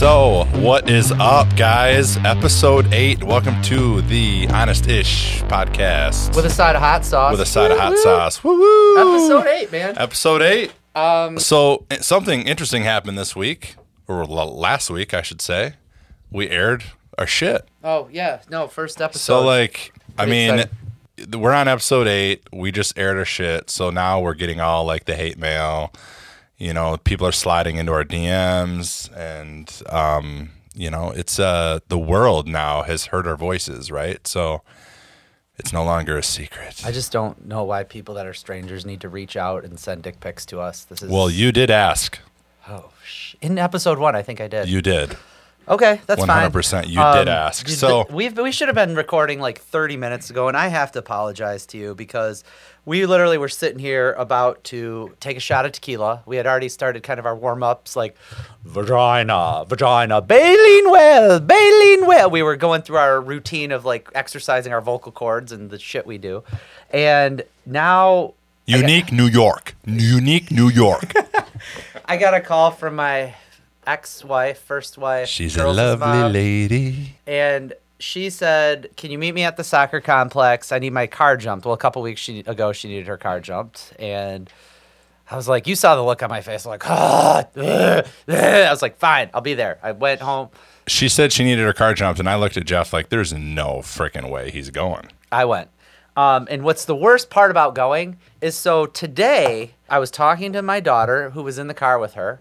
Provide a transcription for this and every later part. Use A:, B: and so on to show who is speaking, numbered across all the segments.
A: Well, what is up, guys? Episode 8. Welcome to the Honest Ish podcast
B: with a side of hot sauce.
A: with a side of hot sauce. Woo woo!
B: Episode eight, man.
A: Episode 8.
B: Um,
A: So, eh, something interesting happened this week, or l- last week, I should say. We aired our shit.
B: oh yeah, no, first episode.
A: So, like, I
B: Pretty
A: mean,
B: excited.
A: we're on episode 8. We just aired our shit. So now we're getting all like the hate mail. You know, people are sliding into our DMs and, um, you know, it's uh the world now has heard our voices, right? So it's no longer a secret.
B: I just don't know why people that are strangers need to reach out and send dick pics to us. This is
A: well, you did ask.
B: oh, sh- in episode one, I think I did.
A: You did.
B: okay, that's
A: One
B: fine.
A: hundred percent. You did ask.
B: th-
A: So
B: we've we should have been recording like 30 minutes ago, and I have to apologize to you because we literally were sitting here about to take a shot of tequila. We had already started kind of our warm ups, like vagina, vagina, baleen well, baleen well. We were going through our routine of like exercising our vocal cords and the shit we do, and now
A: unique New York. Unique New York.
B: I got a call from my ex-wife, first wife.
A: She's a
B: girls' mom.
A: lovely lady.
B: and she said, "Can you meet me at the soccer complex? I need my car jumped." Well, a couple weeks she, ago, she needed her car jumped, and I was like, "You saw the look on my face, like, ah, ugh, ugh." I was like, fine, I'll be there." I went home.
A: She said she needed her car jumped, and I looked at Jeff like, "There's no freaking way he's going."
B: I went. Um, and what's the worst part about going is so today I was talking to my daughter who was in the car with her,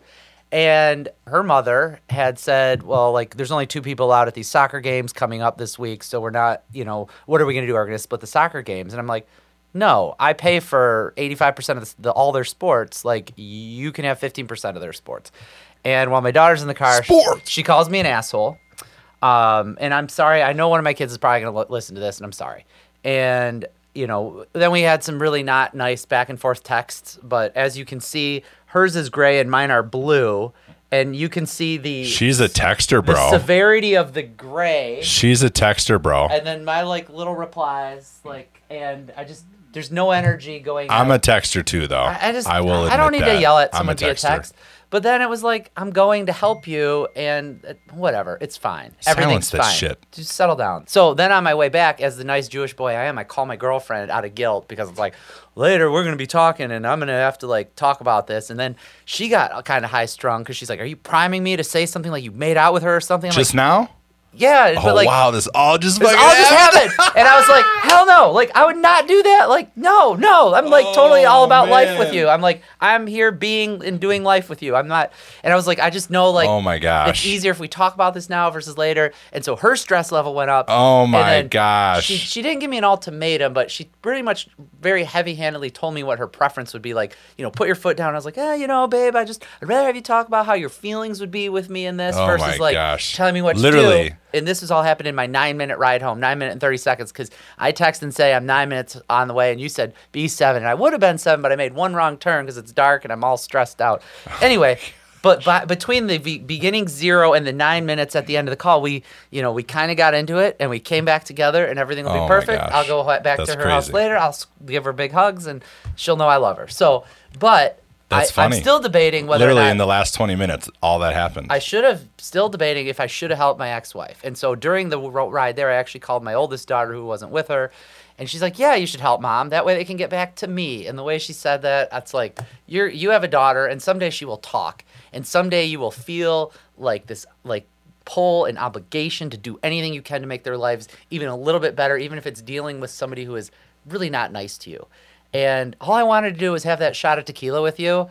B: and her mother had said, Well, like, there's only two people out at these soccer games coming up this week. So we're not, you know, what are we going to do? Are we going to split the soccer games? And I'm like, no, I pay for 85% of the, the, all their sports. Like, you can have 15% of their sports. And while my daughter's in the car, she-
A: Sports.
B: she calls me an asshole. Um, and I'm sorry. I know one of my kids is probably going to l- listen to this, and I'm sorry. And you know, then we had some really not nice back and forth texts. But as you can see, hers is gray and mine are blue, and you can see the
A: She's a texter,
B: the
A: bro.
B: severity of the gray.
A: She's a texter, bro.
B: And then my like little replies, like, and I just there's no energy going.
A: I'm
B: out.
A: a texter too, though.
B: I I just
A: I will.
B: I don't
A: admit
B: need
A: that.
B: to yell at
A: I'm
B: someone via text. But then it was like I'm going to help you, and uh, whatever, it's fine. Everything's
A: Silence that
B: fine.
A: shit.
B: Just settle down. So then on my way back, as the nice Jewish boy I am, I call my girlfriend out of guilt because it's like later we're gonna be talking, and I'm gonna have to like talk about this. And then she got kind of high strung because she's like, "Are you priming me to say something like you made out with her or something?" I'm
A: Just
B: like,
A: now?
B: yeah,
A: Oh
B: but like
A: wow, this all just fucking
B: all just
A: happened.
B: happened. And I was like, hell no. Like, I would not do that. Like, no, no. I'm like totally all
A: Oh,
B: about life with
A: man.
B: you. I'm like, I'm here being and doing life with you. I'm not. And I was like, I just know, like,
A: Oh my gosh.
B: it's easier if we talk about this now versus later. And so her stress level went up.
A: Oh
B: And
A: my
B: then
A: gosh.
B: She, she didn't give me an ultimatum, but she pretty much very heavy handedly told me what her preference would be like, you know, put your foot down. I was like, eh, you know, babe, I just, I'd rather have you talk about how your feelings would be with me in this
A: Oh
B: versus
A: my
B: like
A: gosh.
B: telling me what to
A: Literally.
B: do and this has all happened in my nine minute ride home, nine minute and 30 seconds, because I text and say I'm nine minutes on the way, and you said be seven. And I would have been seven, but I made one wrong turn because it's dark and I'm all stressed out. Anyway. But by, between the be- beginning zero and the nine minutes at the end of the call, we, you know, we kind of got into it and we came back together and everything will be
A: Oh my
B: perfect.
A: gosh.
B: I'll go ha- back
A: That's
B: to her house
A: crazy.
B: later. I'll s- give her big hugs and she'll know I love her. So, but
A: That's
B: I, I'm
A: funny.
B: still debating whether or
A: Literally
B: not
A: in the last 20 minutes, all that happened.
B: I should have still debating if I should have helped my ex-wife. And so during the ro- ride there, I actually called my oldest daughter who wasn't with her, and she's like, "Yeah, you should help mom. That way they can get back to me." And the way she said that, that's like, "You're you have a daughter, and someday she will talk, and someday you will feel like this like." pull and obligation to do anything you can to make their lives even a little bit better even if it's dealing with somebody who is really not nice to you and all i wanted to do was have that shot of tequila with you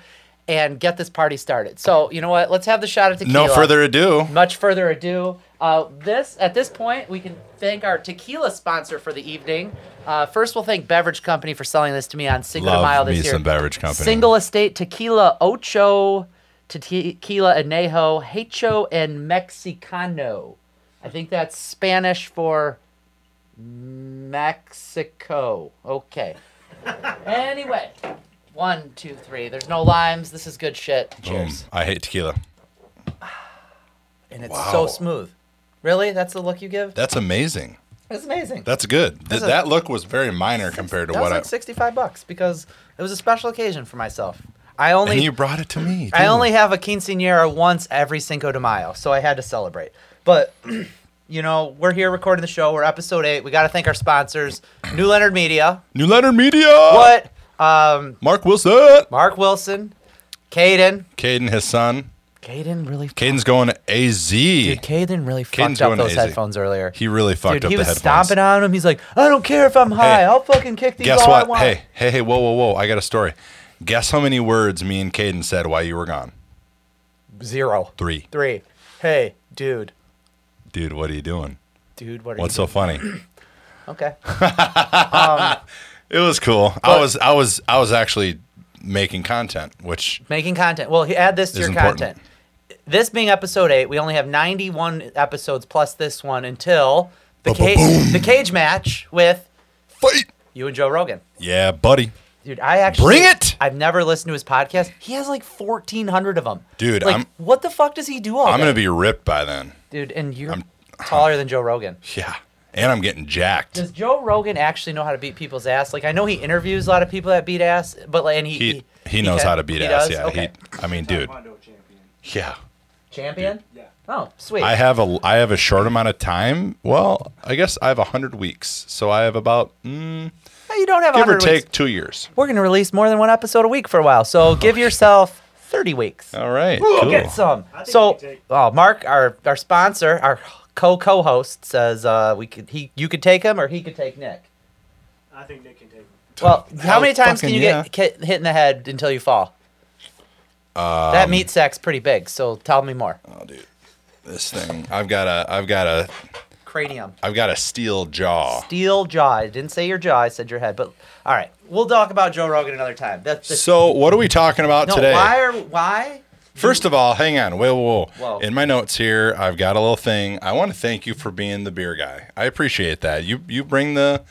B: and get this party started so you know what let's have the shot of tequila
A: no further ado.
B: much further ado. Uh, this at this point, we can thank our tequila sponsor for the evening. Uh, first, we'll thank Beverage Company for selling this to me on Cinco de
A: Love
B: Mayo
A: me
B: this year.
A: some Beverage Company.
B: Single Estate Tequila Ocho, Tequila Anejo, Hecho, and Mexicano. I think that's Spanish for Mexico. Okay. anyway, one, two, three. There's no limes. This is good shit.
A: Boom.
B: Cheers
A: I hate tequila.
B: and it's
A: Wow.
B: so smooth. Really? That's the look you give?
A: That's amazing.
B: That's amazing.
A: That's good. Th-
B: That's a-
A: that look was very minor compared to
B: that was
A: what
B: like
A: I.
B: 65 bucks because it was a special occasion for myself. I only
A: and you brought it to me.
B: I
A: too.
B: only have a quinceanera once every Cinco de Mayo, so I had to celebrate. But you know, we're here recording the show. We're episode eight. We got to thank our sponsors, New Leonard Media.
A: New Leonard Media.
B: What? Um,
A: Mark Wilson.
B: Mark Wilson, Caden.
A: Caden, his son.
B: Caden really.
A: Caden's going to AZ.
B: Dude, Caden really
A: Caden's
B: fucked up
A: going
B: those
A: AZ.
B: headphones earlier.
A: he really fucked
B: Dude,
A: up
B: he
A: the
B: was
A: headphones.
B: stomping on him. He's like, I don't care if I'm high.
A: Hey,
B: I'll fucking kick these
A: Guess
B: all I
A: what?
B: want.
A: Hey, hey, hey, whoa, whoa, whoa! I got a story. Guess how many words me and Caden said while you were gone?
B: Zero.
A: Three.
B: Three. Hey, dude.
A: Dude, what are you doing?
B: Dude, what are
A: What's
B: you
A: so funny?
B: doing? Okay.
A: It was cool. I was, I was, I was actually making content, which
B: Making content. Well, he- add this
A: Is
B: to your
A: important.
B: content. This being episode eight, we only have 91 episodes plus this one until the, ca- the cage match with
A: fight.
B: you and Joe Rogan.
A: Yeah, buddy.
B: Dude, I actually
A: Bring it!
B: I've never listened to his podcast. He has like 1,400 of them.
A: Dude,
B: like,
A: I'm-
B: what the fuck does he do all
A: I'm
B: day?
A: gonna be ripped by then.
B: Dude, and you're taller than Joe Rogan.
A: Yeah, and I'm getting jacked.
B: Does Joe Rogan actually know how to beat people's ass? Like I know he interviews a lot of people that beat ass, but like and he
A: he he knows
B: can-
A: how to beat
B: he
A: ass.
B: does?
A: Yeah,
B: Okay.
A: he. I mean, dude.
C: Taekwondo champion.
A: Yeah,
B: champion.
C: Yeah.
B: Oh, sweet.
A: I have a I have a short amount of time. Well, I guess I have hundred weeks, so I have about mm,
B: Hey, you don't have
A: give or
B: 100
A: take
B: weeks.
A: two years.
B: We're going to release more than one episode a week for a while. So give yourself 30 weeks.
A: All right,
B: Go
A: Oh, cool.
B: Get some.
C: I think
B: So
C: we can take-
B: oh, Mark our our sponsor, our co co-host says uh, we could he you could take him or he could take Nick.
C: I think Nick can take it.
B: Well, how
A: Hell,
B: many times can
A: oh, fucking
B: you
A: yeah.
B: get hit, hit in the head until you fall?
A: Um,
B: that meat sack's pretty big, so tell me more.
A: Oh, dude, this thing. I've got a I've got a
B: Cranium.
A: I've got a steel jaw.
B: Steel jaw. I didn't say your jaw. I said your head. But all right, we'll talk about Joe Rogan another time. That's the,
A: So what are we talking about
B: no.
A: today?
B: Why are why?
A: First of all, hang on. Whoa, whoa, whoa.
B: Whoa.
A: In my notes here, I've got a little thing. I want to thank you for being the beer guy. I appreciate that. You you bring the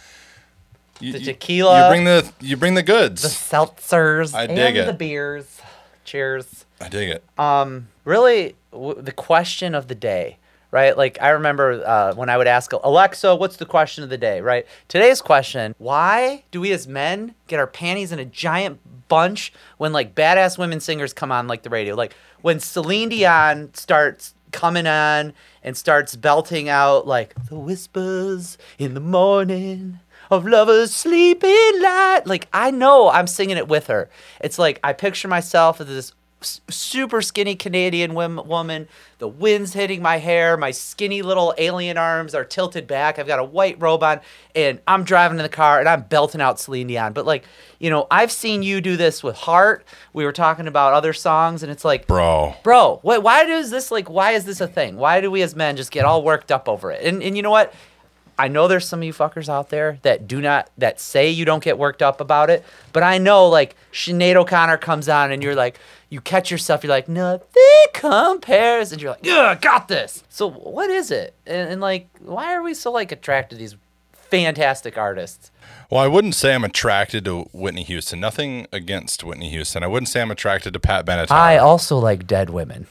A: you,
B: The
A: you-
B: tequila.
A: You bring the you bring the goods.
B: The seltzers
A: I
B: and
A: dig it.
B: the beers. Cheers.
A: I dig it.
B: Um, really, w- the question of the day, right? Like I remember uh, when I would ask Alexa, "What's the question of the day?" Right? Today's question: Why do we as men get our panties in a giant bunch when like badass women singers come on like the radio? Like when Celine Dion starts coming on and starts belting out like the whispers in the morning of lovers sleeping light. Like I know I'm singing it with her. It's like I picture myself as this s- super skinny Canadian wom- woman. The wind's hitting my hair. My skinny little alien arms are tilted back. I've got a white robe on, and I'm driving in the car and I'm belting out Celine Dion. But like, you know, I've seen you do this with Heart. We were talking about other songs, and it's like.
A: Bro.
B: Bro, what, why does this like? Why is this a thing? Why do we as men just get all worked up over it? And and you know what? I know there's some of you fuckers out there that do not that say you don't get worked up about it, but I know like Sinead O'Connor comes on and you're like you catch yourself, you're like nothing compares, and you're like yeah, got this. So what is it? And, and like why are we so like attracted to these fantastic artists?
A: Well, I wouldn't say I'm attracted to Whitney Houston. Nothing against Whitney Houston. I wouldn't say I'm attracted to Pat Benatar.
B: I also like dead women.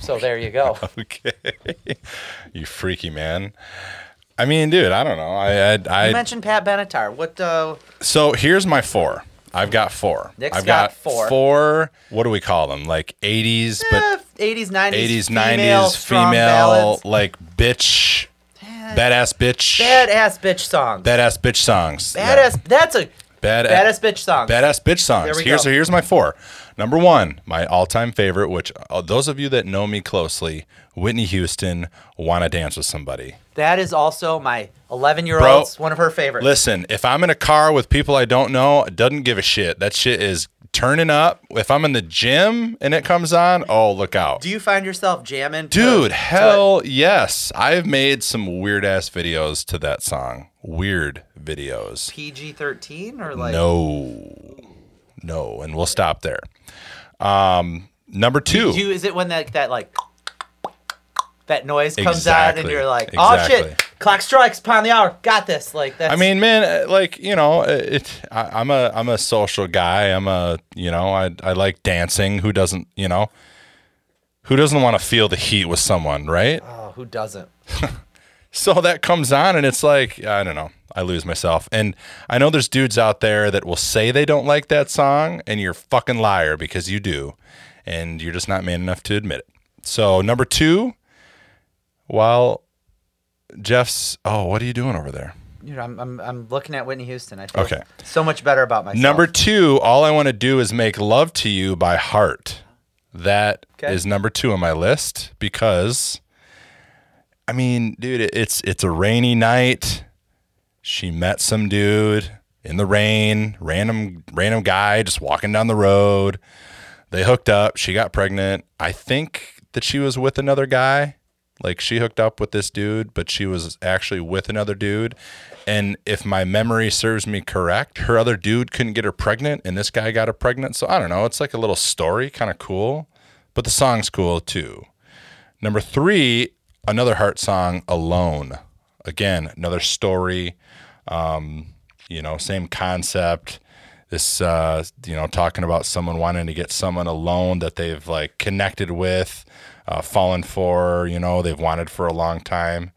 B: So there you go.
A: okay. you freaky man. I mean, dude, I don't know. I I,
B: You
A: I
B: mentioned Pat Benatar. What uh,
A: So here's my four. I've got 4
B: Nick's
A: I've
B: got four.
A: Four. What do we call them? Like 80s, but
B: eh, 80s, 90s,
A: 80s,
B: female,
A: 90s,
B: strong
A: female,
B: ballads.
A: like bitch, badass bitch,
B: badass bitch songs.
A: badass bitch songs.
B: badass. That's a
A: Yeah. Bada-
B: badass bitch songs.
A: Badass bitch songs.
B: There we
A: Here's
B: go.
A: here's my four. Number one, my all-time favorite, which uh, those of you that know me closely, Whitney Houston, "Wanna Dance with Somebody."
B: That is also my 11 year old's
A: Bro,
B: one of her favorites.
A: Listen, if I'm in a car with people I don't know, it doesn't give a shit. That shit is turning up. If I'm in the gym and it comes on, oh look out.
B: Do you find yourself jamming? to-
A: Dude,
B: to-
A: hell yes. I've made some weird ass videos to that song. Weird videos.
B: PG 13 or like
A: No. No, and we'll stop there. Um, number two.
B: Do you, is it when that that like that noise comes out and
A: Exactly.
B: you're like, oh shit,
A: Exactly.
B: clock strikes upon the hour, got this. Like that's
A: I mean, man, uh, like you know, uh, it. I, I'm a I'm a social guy. I'm a you know, I I like dancing. Who doesn't you know? Who doesn't want to feel the heat with someone, right?
B: oh, who doesn't?
A: so that comes on and it's like i don't know i lose myself and i know there's dudes out there that will say they don't like that song and you're a fucking liar because you do and you're just not man enough to admit it so number two while jeff's oh what are you doing over there
B: You know, I'm, I'm, I'm looking at Whitney Houston. I feel
A: Okay.
B: so much better about myself.
A: number two all i want to do is make love to you by heart That is
B: Okay.
A: number two on my list because i mean dude it- it's it's a rainy night she met some dude in the rain, random random guy just walking down the road. They hooked up, she got pregnant. I think that she was with another guy. Like she hooked up with this dude, but she was actually with another dude. And if my memory serves me correct, her other dude couldn't get her pregnant and this guy got her pregnant. So I don't know, it's like a little story, kind of cool. But the song's cool too. Number three, another heart song, Alone. Again, another story, um, you know, same concept. This, uh, you know, talking about someone wanting to get someone alone that they've like connected with, uh, fallen for, you know, they've wanted for a long time.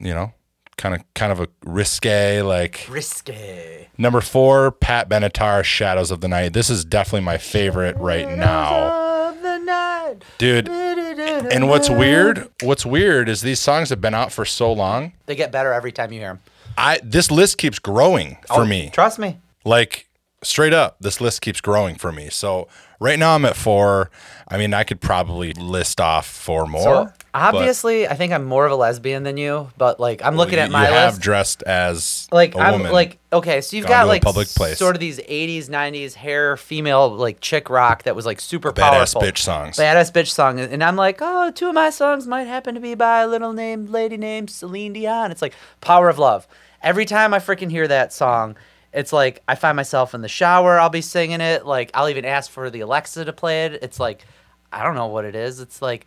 A: You know, kind of, kind of a risque, like
B: risque.
A: number four, Pat Benatar, Shadows of the Night. This is definitely my favorite right now,
B: Of the night.
A: dude. And what's weird, what's weird is these songs have been out for so long.
B: They get better every time you hear them.
A: I this list keeps growing for
B: Oh.
A: me.
B: Trust me.
A: like straight up this list keeps growing for me so right now i'm at four i mean i could probably list off four more
B: So,
A: but
B: obviously, I think I'm more of a lesbian than you, but like I'm looking
A: you-
B: at my
A: you
B: list.
A: have dressed as
B: like
A: a
B: I'm
A: woman
B: like okay, so you've
A: Gone to
B: got
A: a
B: like
A: public place.
B: sort of these '80s, '90s hair female like chick rock that was like super
A: badass
B: powerful.
A: bitch songs
B: Badass bitch song, and I'm like, oh, two of my songs might happen to be by a little named lady named Celine Dion. It's like Power of Love. Every time I freaking hear that song, it's like I find myself in the shower. I'll be singing it. Like I'll even ask for the Alexa to play it. It's like I don't know what it is. It's like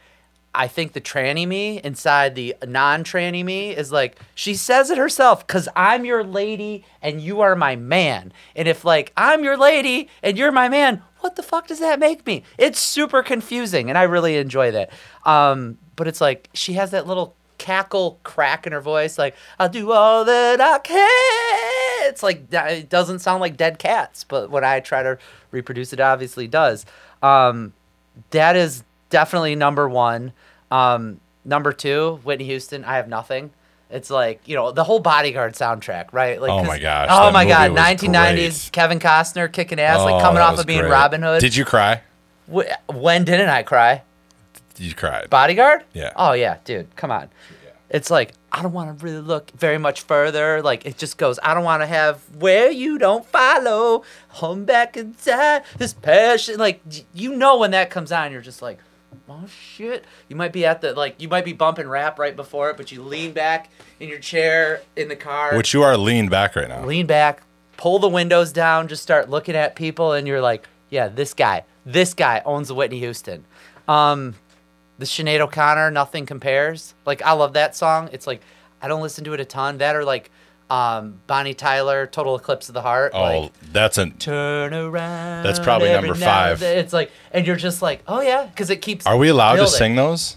B: I think the tranny me inside the non tranny me is like, she says it herself, because I'm your lady and you are my man. And if, like, I'm your lady and you're my man, what the fuck does that make me? It's super confusing. And I really enjoy that. Um, but it's like, she has that little cackle crack in her voice, like, I'll do all that I can. It's like, that- it doesn't sound like dead cats, but when I try to reproduce it, it obviously does. Um, that is definitely number one. Um, number two, Whitney Houston. I have nothing. It's like you know the whole Bodyguard soundtrack, right? Like
A: Oh
B: 'cause-
A: my gosh,
B: oh
A: that
B: my
A: movie
B: god,
A: was
B: 1990s Kevin Costner kicking ass,
A: Oh,
B: like coming
A: that
B: off
A: was
B: of being
A: great.
B: Robin Hood.
A: did you cry
B: Wh- when didn't I cry?
A: you cried
B: Bodyguard?
A: Yeah.
B: Oh yeah, dude, come on. It's like I don't want to really look very much further. Like it just goes. I don't want to have where you don't follow. Home back inside this passion. Like y- you know when that comes on, you're just like, oh shit. You might be at the like you might be bumping rap right before it, but you lean back in your chair in the car
A: which you are leaned back right now
B: lean back, pull the windows down, just start looking at people, and you're like, yeah, this guy, this guy owns the Whitney Houston. Um, the Sinead O'Connor, nothing compares. Like I love that song. It's like I don't listen to it a ton. That or like um, Bonnie Tyler, Total Eclipse of the Heart.
A: oh
B: like,
A: that's an
B: turn around.
A: That's probably
B: every
A: number
B: now and
A: five.
B: then. It's like, and you're just like, oh yeah, because it keeps.
A: are we allowed to
B: building.
A: sing those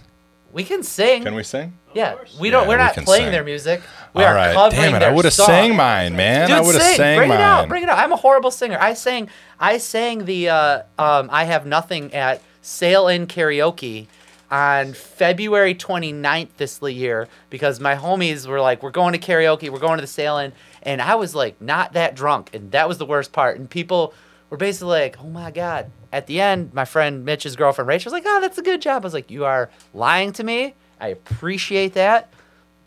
B: We can sing.
A: can we sing
B: Yeah, we don't.
A: Yeah,
B: we're
A: we
B: not
A: can
B: playing
A: sing.
B: their music. We
A: all
B: are
A: right
B: covering
A: damn it i
B: their
A: would have
B: song.
A: sang mine man
B: Dude,
A: i would have
B: sing.
A: sang
B: bring
A: mine
B: it out. Bring it out. I'm a horrible singer. I sang. I sang the. Uh, um, I have nothing at Sail In Karaoke on February 29th this le- year because my homies were like, "We're going to karaoke. We're going to the Sail In," and I was like, not that drunk, and that was the worst part. And people were basically like, "Oh my god." At the end, my friend Mitch's girlfriend Rachel was like, "Oh, that's a good job." I was like, "You are lying to me. I appreciate that,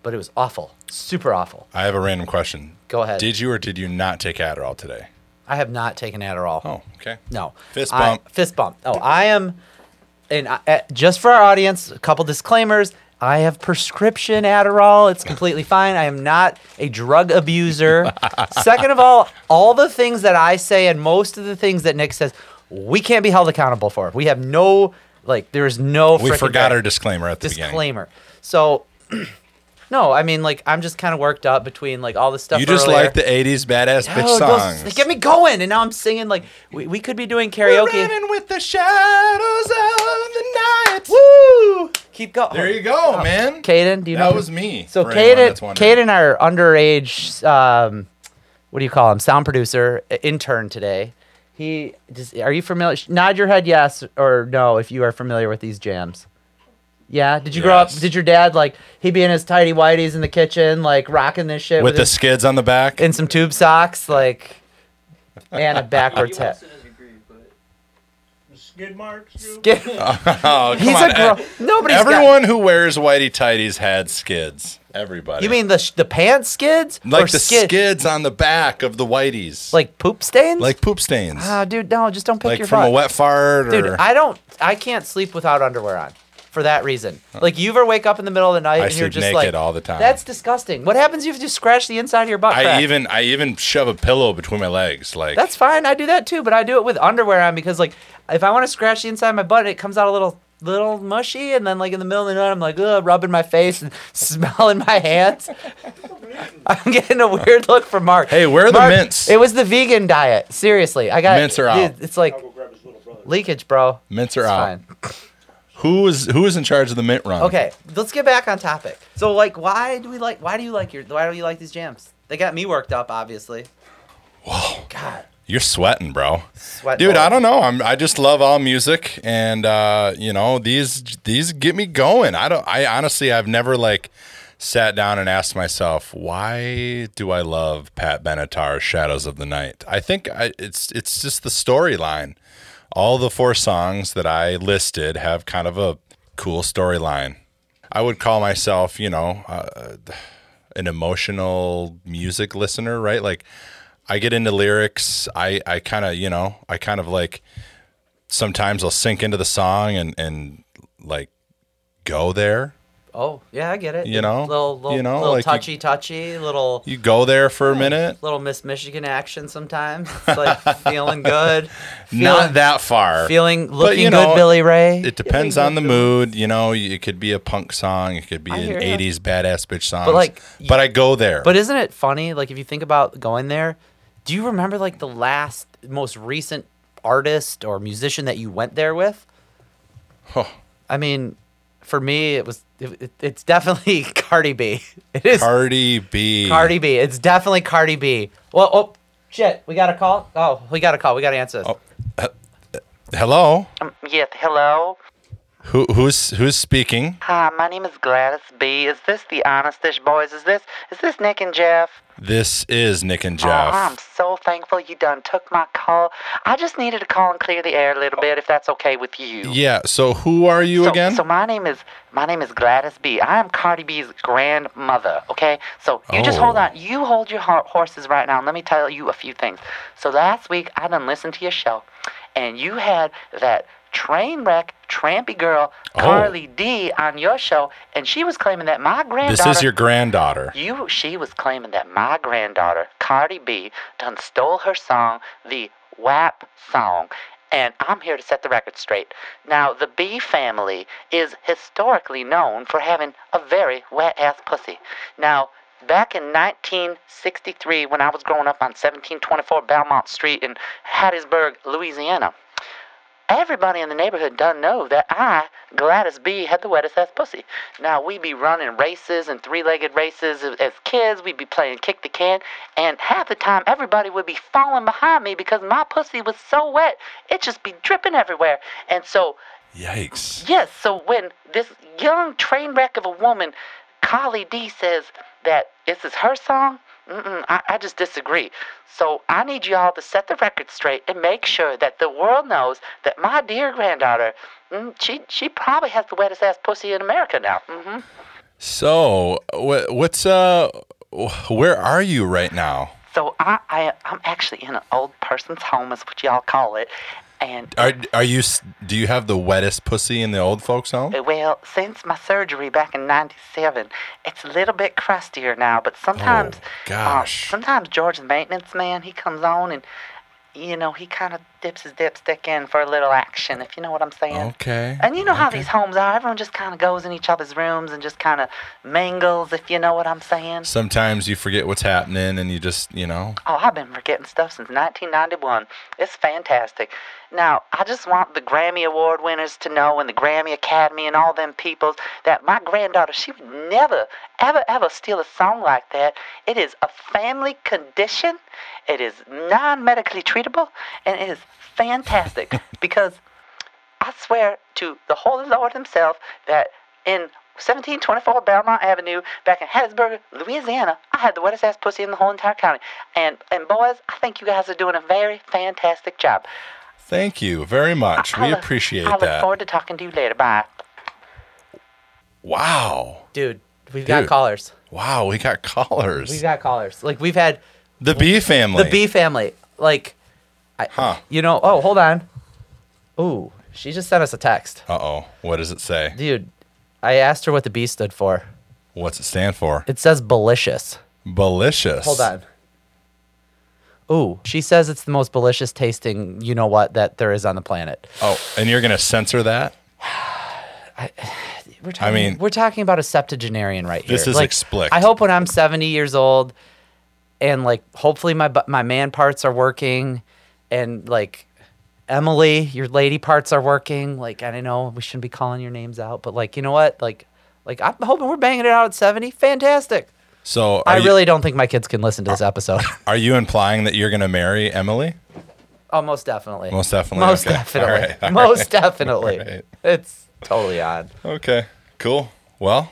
B: but it was awful, super awful."
A: i have a random question
B: Go ahead.
A: did you or did you not take adderall today
B: I have not taken Adderall.
A: oh okay
B: No.
A: Fist
B: I-
A: bump.
B: fist bump. Oh, I am, and I, uh, just for our audience, a couple disclaimers. I have prescription Adderall. It's completely fine. I am not a drug abuser. Second of all, all the things that I say and most of the things that Nick says, we can't be held accountable for. We have no, like, there is no.
A: we
B: frickin'
A: forgot
B: bear-
A: our disclaimer at the beginning
B: disclaimer. So, no, I mean, like, I'm just kind of worked up between, like, all the stuff.
A: You just
B: earlier.
A: like the 80s badass bitch
B: Oh, those-
A: songs.
B: they get me going, and now I'm singing like we, we could be doing karaoke.
A: with the shadows of the night.
B: Woo! Keep going.
A: There you go, man.
B: Caden, do you know?
A: That
B: who-
A: was me.
B: So
A: for anyone
B: Caden,
A: that's wondering.
B: Caden, our underage, um, what do you call him? Sound producer uh, intern today. He just, are you familiar? sh- Nod your head yes or no if you are familiar with these jams. Yeah. Did you grow up?
A: Yes.
B: Did your dad like he be in his tidy whities in the kitchen like rocking this shit
A: with the
B: his-
A: skids on the back.
B: and some tube socks like and a backwards hat.
C: Skid marks. Drew?
A: oh, come
B: He's
A: on. eh.
B: a girl. Nobody's got-
A: Everyone who wears whitey tighties had skids. Everybody.
B: you mean the sh- the pants skids
A: like
B: or
A: the
B: skid-
A: skids on the back of the whiteys,
B: like poop stains?
A: like poop stains,
B: ah, dude, no, just don't pick
A: like
B: your
A: from
B: butt.
A: a wet fart
B: Dude,
A: or
B: I don't. I can't sleep without underwear on. For that reason, like you ever wake up in the middle of the night
A: I
B: and
A: sleep
B: you're just
A: naked
B: like,
A: all the time.
B: "That's disgusting." What happens if you scratch the inside of your butt?
A: I
B: crack?
A: even I even shove a pillow between my legs. Like
B: That's fine. I do that too, but I do it with underwear on because, like, if I want to scratch the inside of my butt, it comes out a little, little mushy, and then like in the middle of the night, I'm like, ugh, rubbing my face and smelling my hands. I'm getting a weird look from Mark.
A: Hey, where are the
B: Mark,
A: mints?
B: It was the vegan diet. Seriously, I got
A: Mints are
B: dude,
A: out.
B: It's like
C: I'll go grab his little brother.
B: leakage, bro.
A: mints are
B: It's
A: out.
B: fine.
A: Who is who is in charge of the mint run?
B: Okay, let's get back on topic. So, like, why do we like? Why do you like your? Why do you like these jams? They got me worked up, obviously. Whoa! God,
A: You're sweating, bro.
B: sweat.
A: Dude, I
B: bullets.
A: don't know. I'm I just love all music and uh, you know, these these get me going. I don't I honestly I've never like sat down and asked myself, why do I love Pat Benatar's Shadows of the Night? I think I, it's it's just the storyline. All the four songs that I listed have kind of a cool storyline. I would call myself, you know, uh, an emotional music listener, right? Like I get into lyrics. I, I kind of, you know, I kind of like sometimes I'll sink into the song and, and like go there.
B: Oh, yeah, I get it.
A: You know?
B: little, little,
A: You know,
B: little
A: like, you-
B: touchy, touchy, little,
A: You go there for a minute.
B: little Miss Michigan action sometimes. It's like feeling good,
A: Not that far.
B: feeling looking
A: you know,
B: good, Billy Ray.
A: it depends on the mood. You know, it could be a punk song. It could be an
B: hear ya.
A: 80s badass bitch song.
B: like,
A: but I go there.
B: But isn't it funny? Like if you think about going there, do you remember like the last most recent artist or musician that you went there with?
A: Huh.
B: I mean, for me, it was it, it- it's definitely Cardi B. It is
A: Cardi B.
B: Cardi B. It's definitely Cardi B. Well, oh shit, we got a call. Oh, we got a call. We got to answer
A: Oh.
B: this.
A: Hello.
D: Yes, hello.
A: Who, who's who's speaking?
D: Hi, my name is Gladys B. Is this the Honestish Boys? Is this is this Nick and Jeff?
A: This is Nick and
D: Oh,
A: Jeff.
D: I'm so thankful you done took my call. I just needed to call and clear the air a little bit, if that's okay with you.
A: yeah. So who are you
D: so,
A: again?
D: So my name is my name is Gladys B. I am Cardi B's grandmother. Okay, so you just hold
A: Oh.
D: on. You hold your ho- horses right now. And let me tell you a few things. So last week I done listened to your show, and you had that train wreck trampy girl
A: Oh.
D: Carly D on your show, and she was claiming that my granddaughter.
A: this is your granddaughter.
D: You, she was claiming that my granddaughter, Cardi B, done stole her song, the WAP song. And I'm here to set the record straight. Now, the B family is historically known for having a very wet ass pussy. Now, back in 1963, when I was growing up on 1724 Belmont Street in Hattiesburg, Louisiana, Everybody in the neighborhood done know that I, Gladys B, had the wettest ass pussy. Now we be running races and three-legged races as- as kids. We be playing kick the can, and half the time everybody would be falling behind me because my pussy was so wet, it just be dripping everywhere. And so
A: Yikes.
D: Yes, so when this young train wreck of a woman, Carly D, says that this is her song, mm-mm, I, I just disagree. So I need y'all to set the record straight and make sure that the world knows that my dear granddaughter, mm, she, she probably has the wettest ass pussy in America now. hmm
A: So, wh- what's uh, wh- where are you right now?
D: So I, I, I'm actually in an old person's home, is what y'all call it. And
A: Are are you? s- Do you have the wettest pussy in the old folks' home?
D: Uh, Well, since my surgery back in '97, it's a little bit crustier now. But sometimes, uh,
A: Oh, gosh.
D: sometimes George's maintenance man he comes on and, you know, he kind of dips his dipstick in for a little action, if you know what I'm saying.
A: Okay.
D: And you know how
A: Oh, okay.
D: these homes are. Everyone just kind of goes in each other's rooms and just kind of mingles, if you know what I'm saying.
A: Sometimes you forget what's happening and you just, you know,
D: Oh, I've been forgetting stuff since 1991. It's fantastic. Now, I just want the Grammy Award winners to know and the Grammy Academy and all them peoples that my granddaughter, she would never, ever, ever steal a song like that. It is a family condition, it is non medically treatable, and it is fantastic because I swear to the Holy Lord Himself that in 1724 Belmont Avenue, back in Hattiesburg, Louisiana, I had the wettest ass pussy in the whole entire county. And and boys, I think you guys are doing a very fantastic job.
A: thank you very much.
D: I
A: We
D: look-
A: appreciate
D: I look
A: that.
D: forward to talking to you later. Bye.
A: Wow.
B: Dude, we've got
A: Dude.
B: callers.
A: Wow. We got
B: We've
A: callers.
B: got callers. Like we've had
A: the B family.
B: the B family. Like, I,
A: Huh.
B: you know. Oh, hold on. Ooh, she just sent us a text,
A: Uh oh. What does it say?
B: dude. I asked her what the B stood for.
A: What's it stand for?
B: It says belicious.
A: Belicious.
B: Hold on. Ooh, she says it's the most delicious tasting, you know what, that there is on the planet.
A: Oh, and you're gonna censor that?
B: We're talking,
A: mean-
B: we're talking about a septuagenarian right here.
A: This is
B: like,
A: explicit.
B: I hope when I'm 70 years old, and like hopefully my bu- my man parts are working, and like Emily, your lady parts are working. Like I don't know, we shouldn't be calling your names out, but like you know what, like like I'm hoping we're banging it out at 70. Fantastic.
A: So are
B: I
A: you-
B: really don't think my kids can listen to this episode.
A: are you implying that you're gonna marry Emily?
B: Oh, most definitely.
A: Most definitely,
B: Most
A: okay.
B: definitely.
A: All right, all
B: most definitely.
A: all right.
B: It's totally on.
A: Okay. Cool. Well,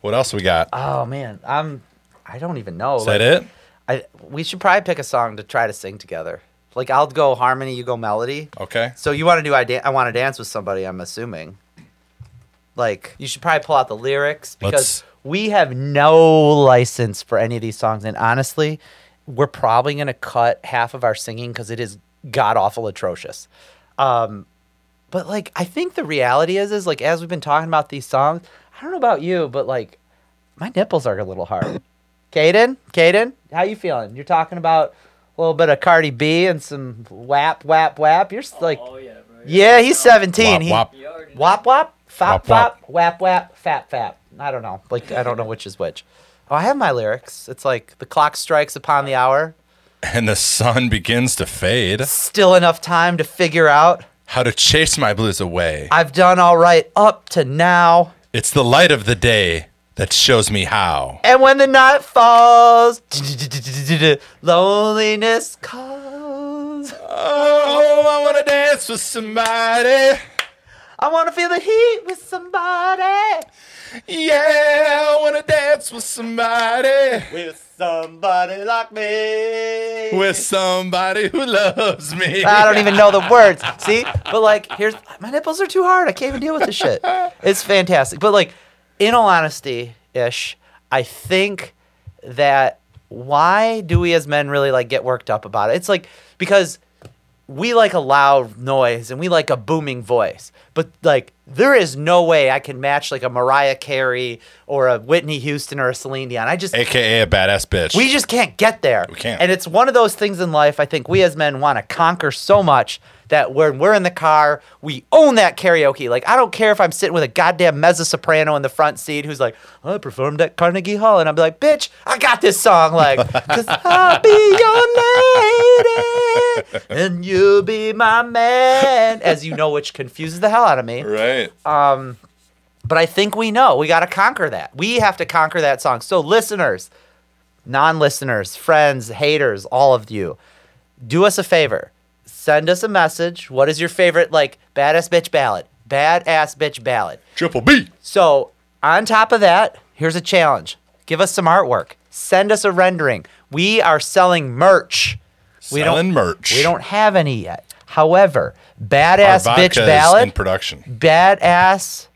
A: what else we got?
B: Oh man, I'm. I don't even know.
A: Is that it?
B: I we should probably pick a song to try to sing together. Like I'll go harmony, you go melody.
A: Okay.
B: So you want to do I, dan- I want to dance with somebody? I'm assuming. Like you should probably pull out the lyrics because
A: Let's-
B: we have no license for any of these songs, and honestly, we're probably gonna cut half of our singing because it is god awful atrocious. Um, but like I think the reality is is like as we've been talking about these songs, I don't know about you, but like my nipples are a little hard. Caden, Caden, how you feeling? You're talking about a little bit of Cardi B and some whap, whap, whap. You're s- like,
E: Oh yeah, bro.
B: yeah, he's 17.
A: Wop,
B: He-
A: wop.
E: You already know.
B: Wop wop,
A: Wop,
B: fop fop, whap whap, fap fap. I don't know. Like I don't know which is which. Oh, I have my lyrics. It's like the clock strikes upon the hour.
A: And the sun begins to fade.
B: Still enough time to figure out.
A: How to chase my blues away.
B: I've done all right up to now.
A: It's the light of the day that shows me how.
B: And when the night falls, loneliness calls.
A: Oh, I wanna dance with somebody.
B: I wanna feel the heat with somebody.
A: Yeah, I wanna dance with somebody.
E: With somebody like me.
A: With somebody who loves me.
B: I don't even know the words. See, but like, here's my nipples are too hard. I can't even deal with this shit. It's fantastic. But like, in all honesty, ish, I think that why do we as men really like get worked up about it? It's like because we like a loud noise and we like a booming voice, but like there is no way I can match like a Mariah Carey or a Whitney Houston or a Celine Dion. I just
A: AKA a badass bitch.
B: we just can't get there. We
A: can't.
B: And it's one of those things in life I think we as men want to conquer so much that when we're in the car, we own that karaoke. Like, I don't care if I'm sitting with a goddamn mezzo soprano in the front seat who's like, I performed at Carnegie Hall. And I'm like, bitch, I got this song. Like, because I'll be your lady and you'll be my man. As you know, which confuses the hell out of me.
A: right.
B: Uh, But I think we know we got to conquer that. We have to conquer that song. So, listeners, non listeners, friends, haters, all of you, do us a favor. Send us a message. What is your favorite, like, badass bitch ballad? Badass bitch ballad.
A: Triple B.
B: So, on top of that, here's a challenge give us some artwork, send us a rendering. We are selling merch. We don't-
A: Selling merch.
B: We don't have any yet. However,
A: Our
B: badass
A: vodka
B: bitch
A: is
B: ballad
A: in production.
B: badass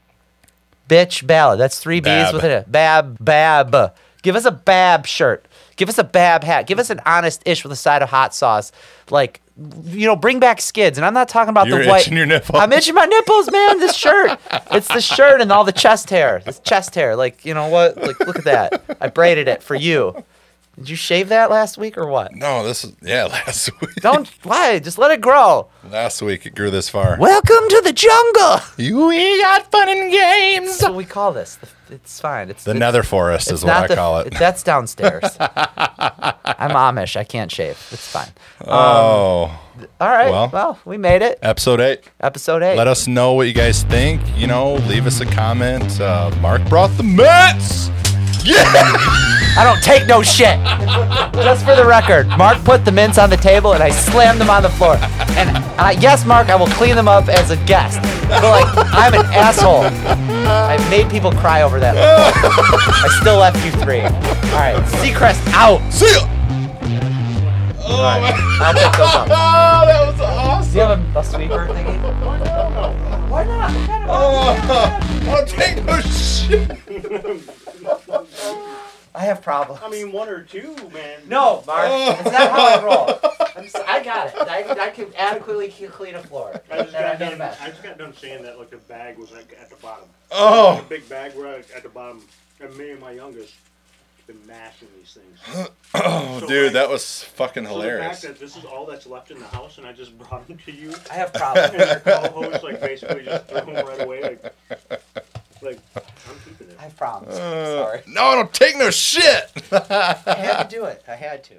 B: bitch ballad. That's three B's
A: Bab.
B: within it. Bab, bab. Give us a bab shirt. Give us a bab hat. Give us an honest ish with a side of hot sauce. Like, you know, bring back skids. And I'm not talking about
A: You're
B: the white.
A: itching your nipple.
B: I'm itching my nipples, man. This shirt. It's the shirt and all the chest hair. This chest hair. Like, you know what? Like, look at that. I braided it for you. Did you shave that last week or what?
A: No, this is yeah. Last week,
B: Don't why? Just let it grow.
A: last week it grew this far.
B: Welcome to the jungle.
A: You we got fun and games.
B: That's what we call this. It's fine. It's
A: The
B: it's-
A: Nether Forest is
B: it's
A: what
B: not
A: I
B: the-
A: call it.
B: That's downstairs. I'm Amish. I can't shave. It's fine.
A: Oh,
B: All right.
A: Well.
B: Well, we made it.
A: episode eight.
B: Episode eight.
A: Let us know what you guys think. You know, leave us a comment. Uh, Mark brought the Mets.
B: I don't take no shit. Just for the record, Mark put the mints on the table and I slammed them on the floor. And I, yes, Mark, I will clean them up as a guest. But like, I'm an asshole. I've made people cry over that. I still left you three. All right, Seacrest out.
A: See ya.
B: All right, I'll pick those up.
A: Oh, that was awesome.
B: Do you have a, a sweeper thingy? Why not? What kind of-
A: I'll Oh, take no shit.
B: I have problems. Oh.
C: I mean, one or two, man.
B: No, Mark, it's not how I roll. I'm so, I got it. I, I can adequately ke- clean a floor.
C: I just,
B: Then I
C: got
B: made a
C: done,
B: mess.
C: I just got done saying that like the bag was like at the bottom.
A: Oh,
C: The big bag were at at the bottom. And me and my youngest been mashing these things.
A: oh, dude, that was fucking
C: So the fact
A: hilarious.
C: that this is all that's left in the house and I just brought them to you
B: I have problems.
C: and your co-host like basically just threw them right away like, like I'm keeping it.
B: I have problems.
A: Uh,
B: Sorry.
A: No, I don't take no shit.
B: I had to do it. I had to.